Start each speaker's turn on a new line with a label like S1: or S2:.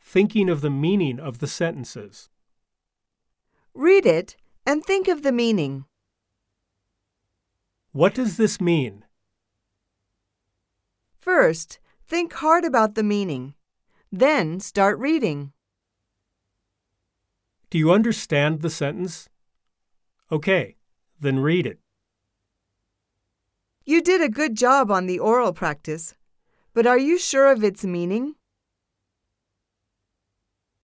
S1: thinking of the meaning of the sentences.
S2: Read it and think of the meaning.
S1: What does this mean?
S2: First, think hard about the meaning. Then start reading.
S1: Do you understand the sentence? Okay, then read it.
S2: You did a good job on the oral practice, but are you sure of its meaning?